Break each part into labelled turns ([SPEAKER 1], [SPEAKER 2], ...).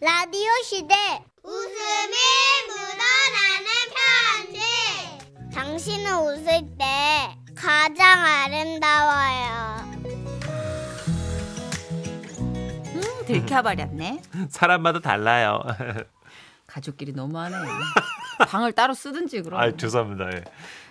[SPEAKER 1] 라디오 시대 웃음이 묻어나는 편지 당신은 웃을 때 가장 아름다워요
[SPEAKER 2] 음, 들켜버렸네.
[SPEAKER 3] 사람마다 달라요.
[SPEAKER 2] 가족끼리 너무하네. 방을 따로 쓰든지 그럼.
[SPEAKER 3] 아 죄송합니다. 예.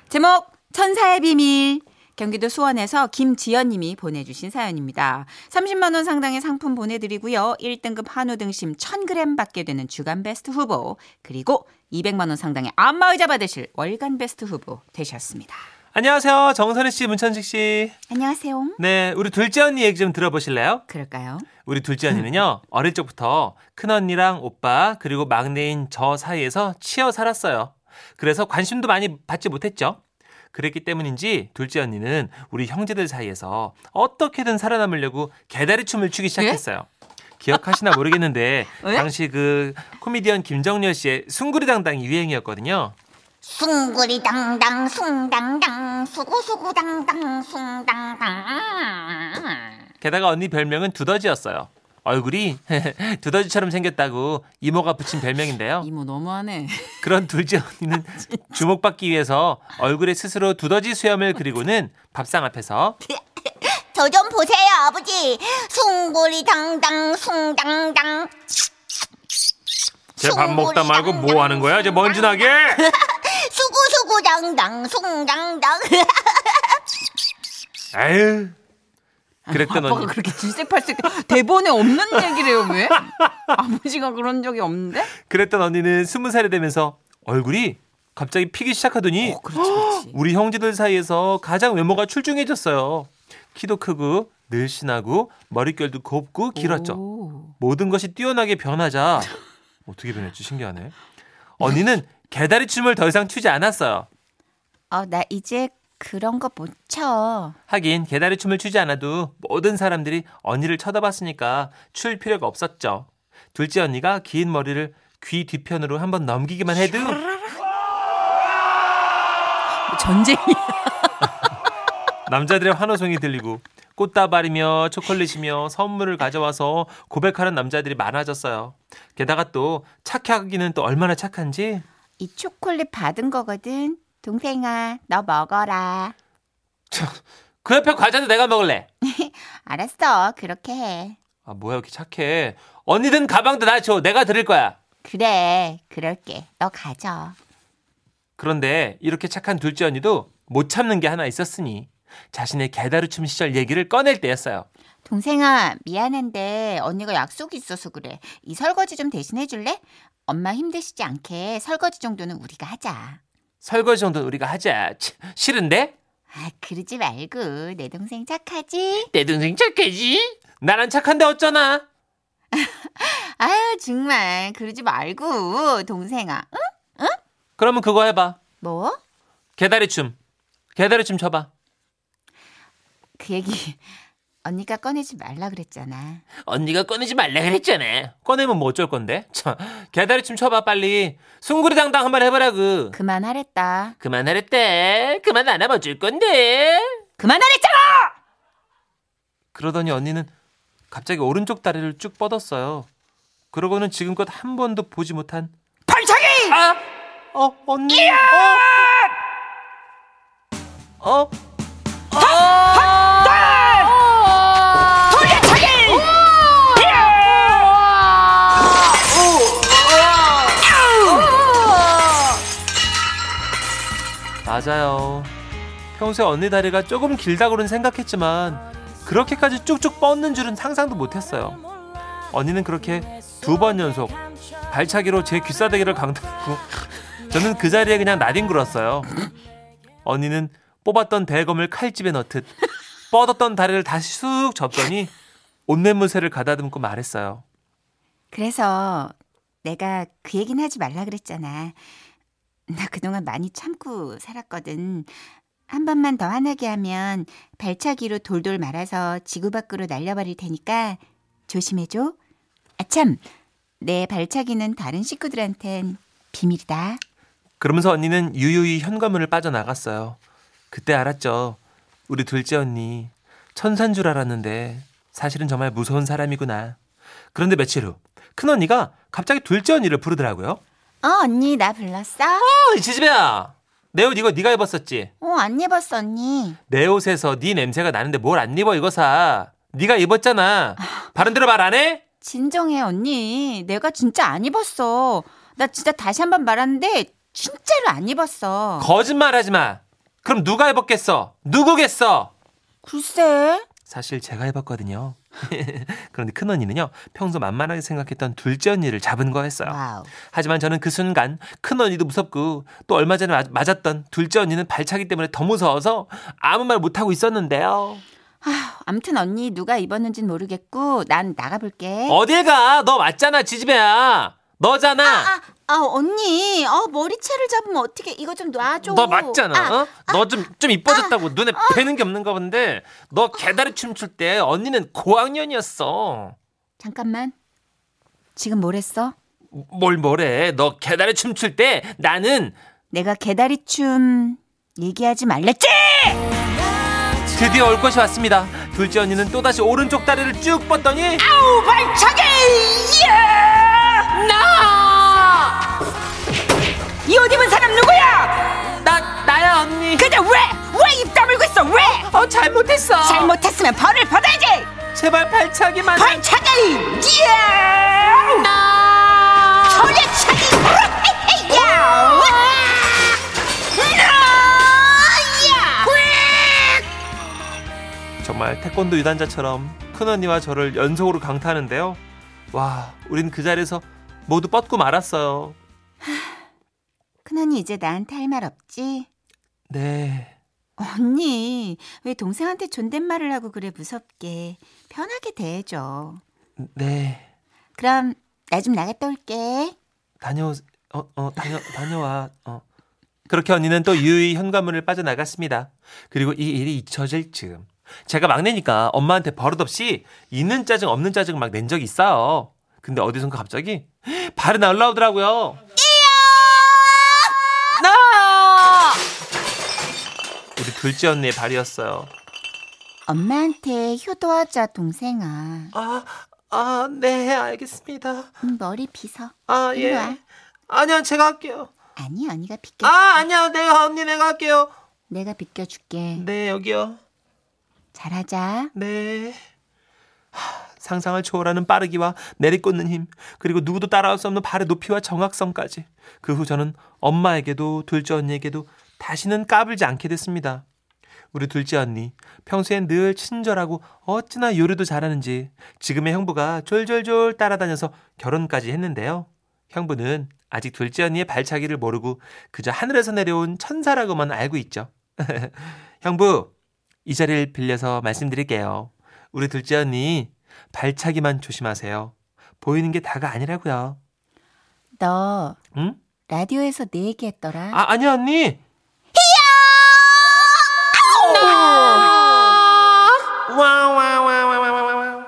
[SPEAKER 2] 제목 천사의 비밀. 경기도 수원에서 김지연 님이 보내주신 사연입니다. 30만 원 상당의 상품 보내드리고요. 1등급 한우 등심 1000g 받게 되는 주간 베스트 후보 그리고 200만 원 상당의 안마의자 받으실 월간 베스트 후보 되셨습니다.
[SPEAKER 3] 안녕하세요. 정선희 씨, 문천식 씨.
[SPEAKER 2] 안녕하세요.
[SPEAKER 3] 네, 우리 둘째 언니 얘기 좀 들어보실래요?
[SPEAKER 2] 그럴까요?
[SPEAKER 3] 우리 둘째 언니는요, 어릴 적부터 큰 언니랑 오빠, 그리고 막내인 저 사이에서 치여 살았어요. 그래서 관심도 많이 받지 못했죠. 그랬기 때문인지 둘째 언니는 우리 형제들 사이에서 어떻게든 살아남으려고 개다리 춤을 추기 시작했어요. 기억하시나 모르겠는데,
[SPEAKER 2] 예?
[SPEAKER 3] 당시 그 코미디언 김정렬 씨의 숭구리 당당이 유행이었거든요.
[SPEAKER 4] 숭구리 당당 숭당당 수구수구 당당 숭당당
[SPEAKER 3] 게다가 언니 별명은 두더지였어요. 얼굴이 두더지처럼 생겼다고 이모가 붙인 별명인데요.
[SPEAKER 2] 이모 너무하네.
[SPEAKER 3] 그런 둘째 언니는
[SPEAKER 2] 아,
[SPEAKER 3] 주목받기 위해서 얼굴에 스스로 두더지 수염을 그리고는 밥상 앞에서
[SPEAKER 4] 저 좀 보세요 아버지 숭구리 당당 숭당당
[SPEAKER 3] 쟤밥 먹다 말고 뭐 하는 거야? 쟤 먼지 나게!
[SPEAKER 4] 수구수구 당당 숭당당
[SPEAKER 3] 에휴. 그랬던
[SPEAKER 2] 아빠가
[SPEAKER 3] 언니.
[SPEAKER 2] 그렇게 질색팔색 대본에 없는 얘기래요 왜? 아버지가 그런 적이 없는데?
[SPEAKER 3] 그랬던 언니는 스무 살이 되면서 얼굴이 갑자기 피기 시작하더니
[SPEAKER 2] 그렇지 그렇지.
[SPEAKER 3] 우리 형제들 사이에서 가장 외모가 출중해졌어요. 키도 크고 늘씬하고 머릿결도 곱고 길었죠.
[SPEAKER 2] 오.
[SPEAKER 3] 모든 것이 뛰어나게 변하자 어떻게 변했지 신기하네. 언니는 개다리 춤을 더 이상 추지 않았어요.
[SPEAKER 2] 어, 나 이제 그런 거 못 쳐.
[SPEAKER 3] 하긴 개다리 춤을 추지 않아도 모든 사람들이 언니를 쳐다봤으니까 출 필요가 없었죠. 둘째 언니가 긴 머리를 귀 뒤편으로 한번 넘기기만 해도
[SPEAKER 2] 전쟁이.
[SPEAKER 3] 남자들의 환호성이 들리고 꽃다발이며 초콜릿이며 선물을 가져와서 고백하는 남자들이 많아졌어요. 게다가 또 착하기는 또 얼마나 착한지
[SPEAKER 2] 이 초콜릿 받은 거거든. 동생아, 너 먹어라.
[SPEAKER 3] 그 옆에 과자도 내가 먹을래.
[SPEAKER 2] 알았어. 그렇게 해.
[SPEAKER 3] 아 뭐야 이렇게 착해. 언니든 가방도 나 줘. 내가 들을 거야.
[SPEAKER 5] 네,
[SPEAKER 2] 그래. 그럴게. 너 가져.
[SPEAKER 3] 그런데 이렇게 착한 둘째 언니도 못 참는 게 하나 있었으니 자신의 개다루춤 시절 얘기를 꺼낼 때였어요.
[SPEAKER 2] 동생아, 미안한데 언니가 약속이 있어서 그래. 이 설거지 좀 대신해 줄래? 엄마 힘드시지 않게 설거지 정도는 우리가 하자. 아,
[SPEAKER 3] 설거지 정도는 우리가 하자. 치, 싫은데?
[SPEAKER 2] 그러지 말고. 내 동생 착하지?
[SPEAKER 3] 내 동생 착하지? 나랑 착한데 어쩌나?
[SPEAKER 2] 아유, 정말. 그러지 말고. 동생아. 응?
[SPEAKER 3] 그러면 그거 해봐.
[SPEAKER 2] 뭐?
[SPEAKER 3] 개다리춤. 개다리춤 쳐봐.
[SPEAKER 2] 그 얘기 언니가 꺼내지 말라 그랬잖아.
[SPEAKER 3] 언니가 꺼내지 말라 그랬잖아. 꺼내면 뭐 어쩔 건데? 참, 개다리춤 쳐봐 빨리. 숭구리당당 한번 해보라고.
[SPEAKER 2] 그만하랬다.
[SPEAKER 3] 그만하랬대. 그만 안 하면 어쩔 건데?
[SPEAKER 2] 그만하랬잖아.
[SPEAKER 3] 그러더니 언니는 갑자기 오른쪽 다리를 쭉 뻗었어요. 그러고는 지금껏 한 번도 보지 못한
[SPEAKER 2] 발차기!
[SPEAKER 3] 아! 어, 언니. 어. 어. 아! 어! 어! 어! 맞아요. 평소에 언니 다리가 조금 길다고는 생각했지만 그렇게까지 쭉쭉 뻗는 줄은 상상도 못했어요. 언니는 그렇게 두 번 연속 발차기로 제 귀싸대기를 강타했고 저는 그 자리에 그냥 나뒹굴었어요. 언니는 뽑았던 대검을 칼집에 넣듯 뻗었던 다리를 다시 쑥 접더니 옷내무새를 가다듬고 말했어요.
[SPEAKER 2] 그래서 내가 그 얘기는 하지 말라 그랬잖아. 나 그동안 많이 참고 살았거든. 한 번만 더 화나게 하면 발차기로 돌돌 말아서 지구 밖으로 날려버릴 테니까 조심해줘. 아참, 내 발차기는 다른 식구들한텐 비밀이다.
[SPEAKER 3] 그러면서 언니는 유유히 현관문을 빠져나갔어요. 그때 알았죠. 우리 둘째 언니 천산 줄 알았는데 사실은 정말 무서운 사람이구나. 그런데 며칠 후 큰언니가 갑자기 둘째 언니를 부르더라고요.
[SPEAKER 5] 어, 언니 나 불렀어?
[SPEAKER 3] 어, 지지배야. 내 옷 이거 네가 입었었지.
[SPEAKER 5] 어, 안 입었어, 언니.
[SPEAKER 3] 내 옷에서 네 냄새가 나는데 뭘 안 입어 이거 사. 네가 입었잖아. 바른 대로 말 안 해?
[SPEAKER 5] 진정해, 언니. 내가 진짜 안 입었어. 나 진짜 다시 한 번 말하는데 진짜로 안 입었어.
[SPEAKER 3] 거짓말하지 마. 그럼 누가 입었겠어? 누구겠어?
[SPEAKER 5] 글쎄.
[SPEAKER 3] 사실 제가 해봤거든요. 그런데 큰 언니는요 평소 만만하게 생각했던 둘째 언니를 잡은 거였어요.
[SPEAKER 5] 와우.
[SPEAKER 3] 하지만 저는 그 순간 큰 언니도 무섭고 또 얼마 전에 맞- 맞았던 둘째 언니는 발차기 때문에 더 무서워서 아무 말 못 하고 있었는데요.
[SPEAKER 5] 아, 아무튼 언니 누가 입었는진 모르겠고 난 나가볼게.
[SPEAKER 3] 어딜 가? 너 맞잖아 지지배야. 너잖아.
[SPEAKER 5] 아, 아, 언니. 어, 머리채를 잡으면 어떻게 이거 좀 놔줘.
[SPEAKER 3] 너 맞잖아.
[SPEAKER 5] 아,
[SPEAKER 3] 어? 너 좀 좀 이뻐졌다고 눈에 뵈는 게 없는가 본데 너 개다리 춤출 때 언니는 고학년이었어.
[SPEAKER 5] 잠깐만. 지금 뭘 했어?
[SPEAKER 3] 뭘 뭐래? 너 개다리 춤출 때 나는
[SPEAKER 5] 내가 개다리 춤 얘기하지 말랬지?
[SPEAKER 3] 드디어 올 것이 왔습니다. 둘째 언니는 또다시 오른쪽 다리를 쭉 뻗더니
[SPEAKER 5] 발차기! 예! 나! 이 옷 입은 사람 누구야?
[SPEAKER 3] 나 나야 언니.
[SPEAKER 5] 근데 왜? 왜 입 다물고 있어? 왜?
[SPEAKER 3] 어 잘못했어.
[SPEAKER 5] 잘못했으면 벌을 받아야지!
[SPEAKER 3] 제발 발차기만.
[SPEAKER 5] 발차기! 예! 나!
[SPEAKER 6] 돌려차기 으악! 야 으악! 으아!
[SPEAKER 3] 정말 태권도 유단자처럼 큰 언니와 저를 연속으로 강타하는데요. 와, 우린 그 자리에서 모두 뻗고 말았어요.
[SPEAKER 5] 큰언니 이제 나한테 할 말 없지?
[SPEAKER 3] 네.
[SPEAKER 5] 언니 왜 동생한테 존댓말을 하고 그래 무섭게 편하게 대해줘
[SPEAKER 3] 네.
[SPEAKER 5] 그럼 나 좀 나갔다 올게
[SPEAKER 3] 다녀 어, 어 다녀 다녀와. 어. 그렇게 언니는 또 유유히 현관문을 빠져나갔습니다. 그리고 이 일이 잊혀질 즈음 제가 막내니까 엄마한테 버릇없이 있는 짜증 없는 짜증 막 낸 적이 있어요. 근데 어디선가 갑자기 발이 날라오더라고요. 나! 우리 둘째 언니의 발이었어요.
[SPEAKER 5] 엄마한테 효도하자 동생아
[SPEAKER 3] 아, 아, 네, 알겠습니다.
[SPEAKER 5] 음, 머리 빗어
[SPEAKER 3] 아,
[SPEAKER 5] 예. 일로 와. 예.
[SPEAKER 3] 아니요, 제가 할게요.
[SPEAKER 5] 아니 언니가 빗겨
[SPEAKER 3] 아, 아니야, 내가 언니 내가 할게요.
[SPEAKER 5] 내가 빗겨줄게
[SPEAKER 3] 네, 여기요.
[SPEAKER 5] 잘하자
[SPEAKER 3] 네. 하, 상상을 초월하는 빠르기와 내리꽂는 힘, 그리고 누구도 따라올 수 없는 발의 높이와 정확성까지. 그 후 저는 엄마에게도 둘째 언니에게도 다시는 까불지 않게 됐습니다. 우리 둘째 언니, 평소엔 늘 친절하고 어찌나 요리도 잘하는지 지금의 형부가 졸졸졸 따라다녀서 결혼까지 했는데요. 형부는 아직 둘째 언니의 발차기를 모르고 그저 하늘에서 내려온 천사라고만 알고 있죠. 형부, 이 자리를 빌려서 말씀드릴게요. 우리 둘째 언니 발차기만 조심하세요. 보이는 게 다가 아니라고요.
[SPEAKER 5] 너
[SPEAKER 3] 응?
[SPEAKER 5] 라디오에서 내 얘기했더라
[SPEAKER 3] 아 아니야 언니. 와와와와와와.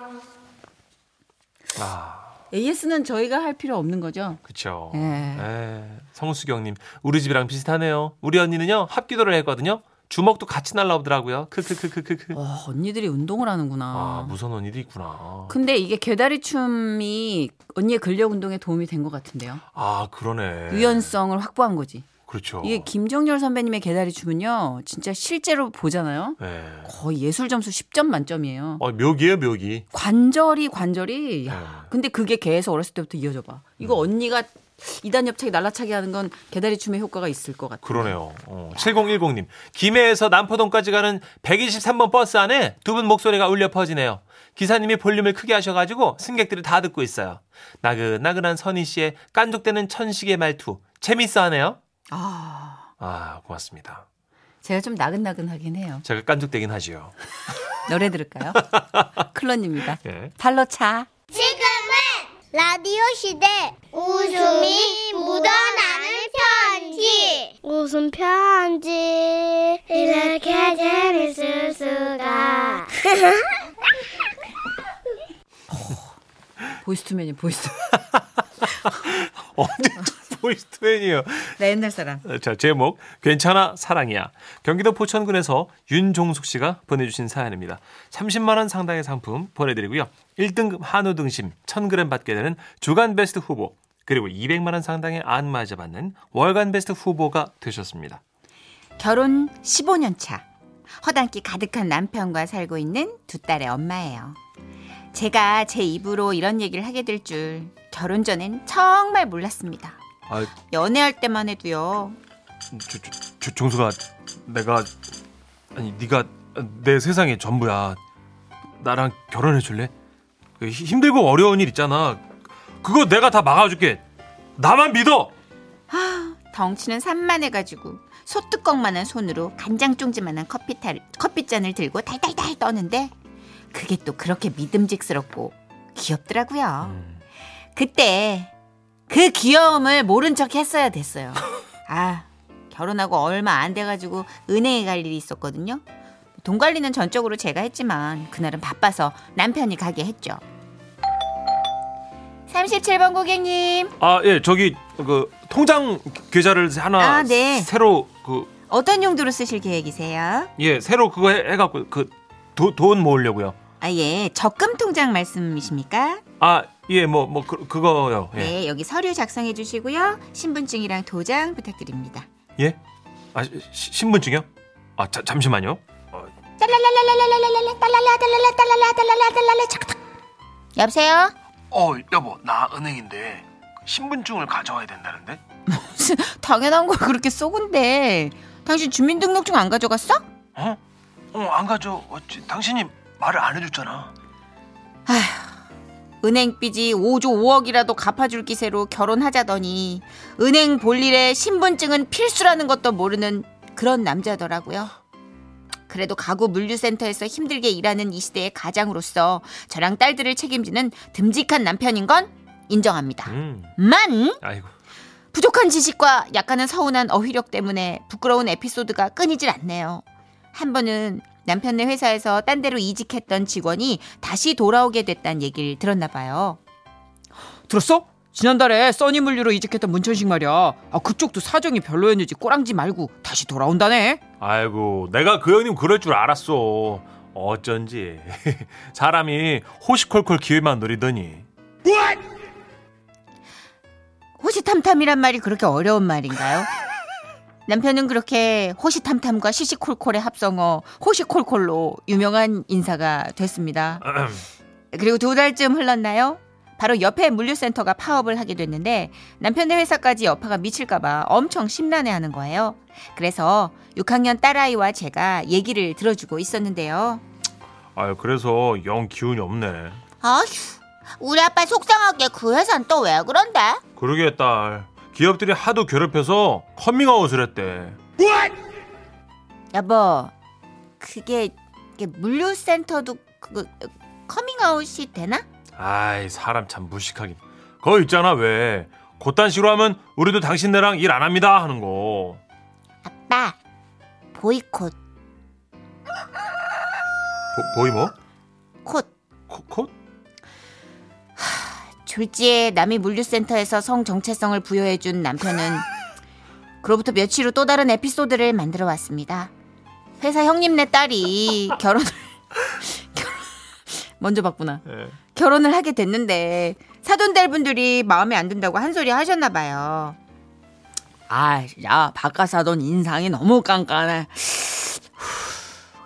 [SPEAKER 3] 아
[SPEAKER 5] AS는 저희가 할 필요 없는 거죠
[SPEAKER 3] 그쵸.
[SPEAKER 5] 예.
[SPEAKER 3] 예. 성수경님 우리 집이랑 비슷하네요. 우리 언니는요 합기도를 했거든요. 주먹도 같이 날라오더라고요. 크크크크크크.
[SPEAKER 5] 그- 와 언니들이 운동을 하는구나
[SPEAKER 3] 아그 무서운 언니도 있구나.
[SPEAKER 5] 근데 이게 개다리 춤이 언니의 근력 운동에 도움이 된 것 같은데요.
[SPEAKER 3] 아 그러네.
[SPEAKER 5] 유연성을 확보한 거지.
[SPEAKER 3] 그렇죠.
[SPEAKER 5] 이게 김정열 선배님의 개다리 춤은요, 진짜 실제로 보잖아요.
[SPEAKER 3] 예.
[SPEAKER 5] 거의 예술 점수 10점 만점이에요.
[SPEAKER 3] 어, 묘기예요, 묘기.
[SPEAKER 5] 관절이 관절이. 야,
[SPEAKER 3] 예.
[SPEAKER 5] 근데 그게 개에서 어렸을 때부터 이어져 봐. 이거
[SPEAKER 7] 음.
[SPEAKER 5] 언니가 이단 옆차기 날라차기 하는 건 개다리 춤의 효과가 있을 것 같아.
[SPEAKER 3] 그러네요. 어, 7010님. 김해에서 남포동까지 가는 123번 버스 안에 두 분 목소리가 울려 퍼지네요. 기사님이 볼륨을 크게 하셔가지고 승객들이 다 듣고 있어요. 나긋나긋한 선희 씨의 깐족대는 천식의 말투. 재밌어 하네요.
[SPEAKER 5] 아,
[SPEAKER 3] 아, 고맙습니다.
[SPEAKER 5] 제가 좀 나긋나긋하긴 해요.
[SPEAKER 3] 제가 깐족대긴 하지요.
[SPEAKER 5] 노래 들을까요? 클론입니다.
[SPEAKER 3] 예.
[SPEAKER 5] 팔로차.
[SPEAKER 4] 지금은 라디오 시대 웃음이 묻어나는 편지 웃음 편지 이렇게 재밌을 수가
[SPEAKER 5] 보이스투맨이 보이스.
[SPEAKER 3] 언제 보이스트웬이에요.
[SPEAKER 5] 나 옛날 사람.
[SPEAKER 3] 자, 제목 괜찮아 사랑이야. 경기도 포천군에서 윤종숙 씨가 보내주신 사연입니다. 30만 원 상당의 상품 보내드리고요. 1등급 한우 등심 1000g 받게 되는 주간 베스트 후보 그리고 200만 원 상당의 안마자 받는 월간 베스트 후보가 되셨습니다.
[SPEAKER 5] 결혼 15년 차. 허당기 가득한 남편과 살고 있는 두 딸의 엄마예요. 제가 제 입으로 이런 얘기를 하게 될 줄 결혼 전엔 정말 몰랐습니다.
[SPEAKER 3] 아,
[SPEAKER 5] 연애할 때만 해도요.
[SPEAKER 3] 저, 저, 저, 종수가 내가 아니 네가 내 세상의 전부야. 나랑 결혼해 줄래? 그 히- 힘들고 어려운 일 있잖아. 그거 내가 다 막아줄게. 나만 믿어.
[SPEAKER 5] 덩치는 산만해가지고 소뚜껑만한 손으로 간장 쫑지만한 커피 탈, 커피잔을 들고 달달달 떠는데 그게 또 그렇게 믿음직스럽고 귀엽더라고요. 그때 그 귀여움을 모른 척 했어야 됐어요. 아 결혼하고 얼마 안 돼가지고 은행에 갈 일이 있었거든요. 돈 관리는 전적으로 제가 했지만 그날은 바빠서 남편이 가게 했죠. 37번 고객님
[SPEAKER 3] 아, 예, 저기 그 통장 계좌를 하나
[SPEAKER 5] 아, 네.
[SPEAKER 3] 새로 그
[SPEAKER 5] 어떤 용도로 쓰실 계획이세요?
[SPEAKER 3] 예, 새로 그거 해, 갖고 그돈 모으려고요.
[SPEAKER 5] 아, 예. 적금 통장 말씀이십니까?
[SPEAKER 3] 아, 예, 뭐 뭐 그, 그거요. 예.
[SPEAKER 5] 네, 여기 서류 작성해 주시고요. 신분증이랑 도장 부탁드립니다.
[SPEAKER 3] 예? 아, 시- 시- 신분증이요? 아, 자, 잠시만요.
[SPEAKER 5] 여보세요?
[SPEAKER 3] 어, 여보, 나 은행인데 신분증을 가져와야 된다는데?
[SPEAKER 5] 당연한 걸 그렇게 쏘군데. 당신 주민등록증 안 가져갔어?
[SPEAKER 3] 어? 어, 안 가져왔지. 당신이 말을 안 해줬잖아.
[SPEAKER 5] 은행 빚이 5조 5억이라도 갚아줄 기세로 결혼하자더니 은행 볼일에 신분증은 필수라는 것도 모르는 그런 남자더라고요. 그래도 가구 물류센터에서 힘들게 일하는 이 시대의 가장으로서 저랑 딸들을 책임지는 듬직한 남편인 건 인정합니다.
[SPEAKER 3] 음,
[SPEAKER 5] 만
[SPEAKER 3] 아이고.
[SPEAKER 5] 부족한 지식과 약간은 서운한 어휘력 때문에 부끄러운 에피소드가 끊이질 않네요. 한 번은 남편네 회사에서 딴 데로 이직했던 직원이 다시 돌아오게 됐다는 얘기를 들었나 봐요.
[SPEAKER 7] 들었어? 지난달에 써니 물류로 이직했던 문천식 말이야. 아 그쪽도 사정이 별로였는지 꼬랑지 말고 다시 돌아온다네.
[SPEAKER 3] 아이고, 내가 그 형님 그럴 줄 알았어. 어쩐지. 사람이 호시콜콜 기회만 노리더니.
[SPEAKER 5] 호시탐탐이란 말이 그렇게 어려운 말인가요? 남편은 그렇게 호시탐탐과 시시콜콜의 합성어 호시콜콜로 유명한 인사가 됐습니다. 그리고 두 달쯤 흘렀나요? 바로 옆에 물류센터가 파업을 하게 됐는데 남편네 회사까지 여파가 미칠까봐 엄청 심란해하는 거예요. 그래서 6학년 딸아이와 제가 얘기를 들어주고 있었는데요.
[SPEAKER 3] 아, 그래서 영 기운이 없네.
[SPEAKER 4] 아휴, 우리 아빠 속상하게 그 회사는 또 왜 그런데?
[SPEAKER 3] 그러게 딸. 기업들이 하도 괴롭혀서 커밍아웃을 했대.
[SPEAKER 5] 여보, 그게, 이게 물류센터도 그거 어, 커밍아웃이 되나?
[SPEAKER 3] 아이, 사람 참 무식하긴. 그거 있잖아, 왜. 그딴 식으로 하면 우리도 당신네랑 일 안 합니다 하는 거.
[SPEAKER 4] 아빠, 보이콧,
[SPEAKER 3] 보, 보이 뭐?
[SPEAKER 5] 콧.
[SPEAKER 3] 코, 코?
[SPEAKER 5] 졸지에 남이 물류센터에서 성 정체성을 부여해준 남편은 그로부터 며칠 후 또 다른 에피소드를 만들어 왔습니다. 회사 형님네 딸이 결혼을 결혼- 먼저 봤구나.
[SPEAKER 3] 예.
[SPEAKER 5] 결혼을 하게 됐는데 사돈될 분들이 마음에 안 든다고 한 소리 하셨나 봐요.
[SPEAKER 7] 아 야 바깥 사돈 인상이 너무 깐깐해.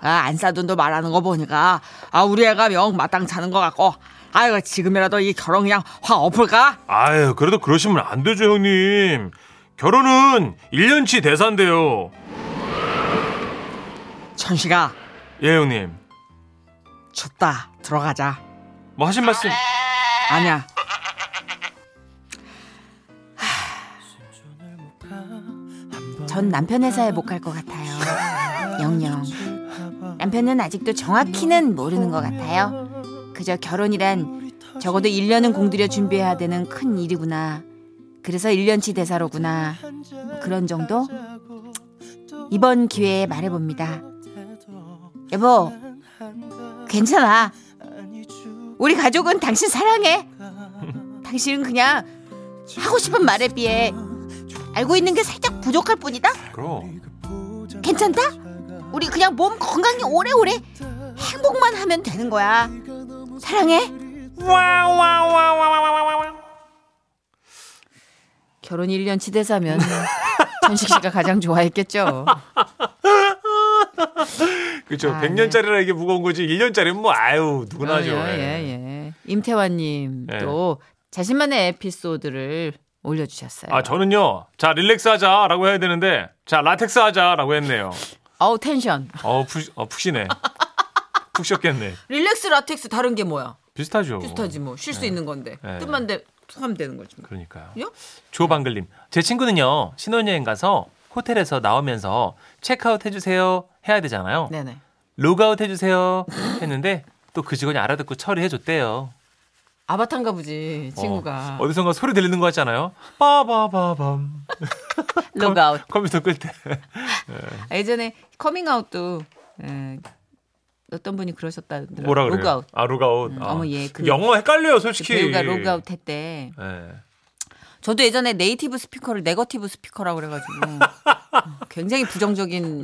[SPEAKER 7] 아안 사돈도 말하는 거 보니까 아 우리 애가 명 마땅 차는 것 같고 아이고 지금이라도 이 결혼 그냥 확 엎을까?
[SPEAKER 3] 아유, 그래도 그러시면 안 되죠, 형님. 결혼은 1년치 대사인데요.
[SPEAKER 7] 천식아
[SPEAKER 3] 예, 형님.
[SPEAKER 7] 춥다 들어가자.
[SPEAKER 3] 뭐 하신 말씀?
[SPEAKER 7] 아니야
[SPEAKER 5] 전 남편 회사에 못 갈 것 같아요. 영영. 남편은 아직도 정확히는 모르는 것 같아요. 그저 결혼이란 적어도 1년은 공들여 준비해야 되는 큰 일이구나. 그래서 1년치 대사로구나. 뭐 그런 정도? 이번 기회에 말해봅니다. 여보, 괜찮아. 우리 가족은 당신 사랑해. 당신은 그냥 하고 싶은 말에 비해
[SPEAKER 4] 알고 있는 게 살짝 부족할 뿐이다.
[SPEAKER 3] 그럼
[SPEAKER 4] 괜찮다? 우리 그냥 몸 건강히 오래오래 행복만 하면 되는 거야. 사랑해.
[SPEAKER 2] 결혼 1년 치대사면 천식 씨가 가장 좋아했겠죠.
[SPEAKER 3] 그렇죠.
[SPEAKER 2] 아,
[SPEAKER 3] 100년짜리라 이게 무거운 거지 1년짜리는 뭐 아유 누구나 하죠.
[SPEAKER 2] 예, 예, 예. 임태환님
[SPEAKER 3] 예.
[SPEAKER 2] 도 자신만의 에피소드를 올려주셨어요.
[SPEAKER 3] 아 저는요. 자 릴렉스 하자라고 해야 되는데 자 라텍스 하자라고 했네요.
[SPEAKER 2] 아우 텐션.
[SPEAKER 3] 어, 푹, 어 푹시네. 푹 쉬었겠네.
[SPEAKER 2] 릴렉스 라텍스 다른 게 뭐야?
[SPEAKER 3] 비슷하죠.
[SPEAKER 2] 비슷하지 뭐 쉴 수 있는 건데
[SPEAKER 3] 예.
[SPEAKER 2] 뜻만 대 하면 되는 거지. 뭐.
[SPEAKER 3] 그러니까요.
[SPEAKER 2] 요?
[SPEAKER 3] 조방글님, 제 친구는요 신혼여행 가서 호텔에서 나오면서 체크아웃 해주세요 해야 되잖아요.
[SPEAKER 2] 네네.
[SPEAKER 3] 로그아웃 해주세요 했는데 또 그 직원이 알아듣고 처리해줬대요.
[SPEAKER 2] 아바타인가 보지 친구가
[SPEAKER 3] 어, 디선가 소리 들리는 거 같잖아요. 빠바바밤.
[SPEAKER 2] 로그아웃.
[SPEAKER 3] 컴퓨터 끌 때.
[SPEAKER 2] 네. 아, 예전에 커밍아웃도 예, 어떤 분이 그러셨다던데
[SPEAKER 3] 뭐라 그래요?
[SPEAKER 2] 로그아웃.
[SPEAKER 3] 아 로그아웃.
[SPEAKER 2] 음,
[SPEAKER 3] 아.
[SPEAKER 2] 어머, 예, 그-
[SPEAKER 3] 영어 헷갈려요 솔직히.
[SPEAKER 2] 배우가 로그아웃 했대.
[SPEAKER 3] 예.
[SPEAKER 2] 저도 예전에 네이티브 스피커를 네거티브 스피커라고 그래가지고 굉장히 어, 부정적인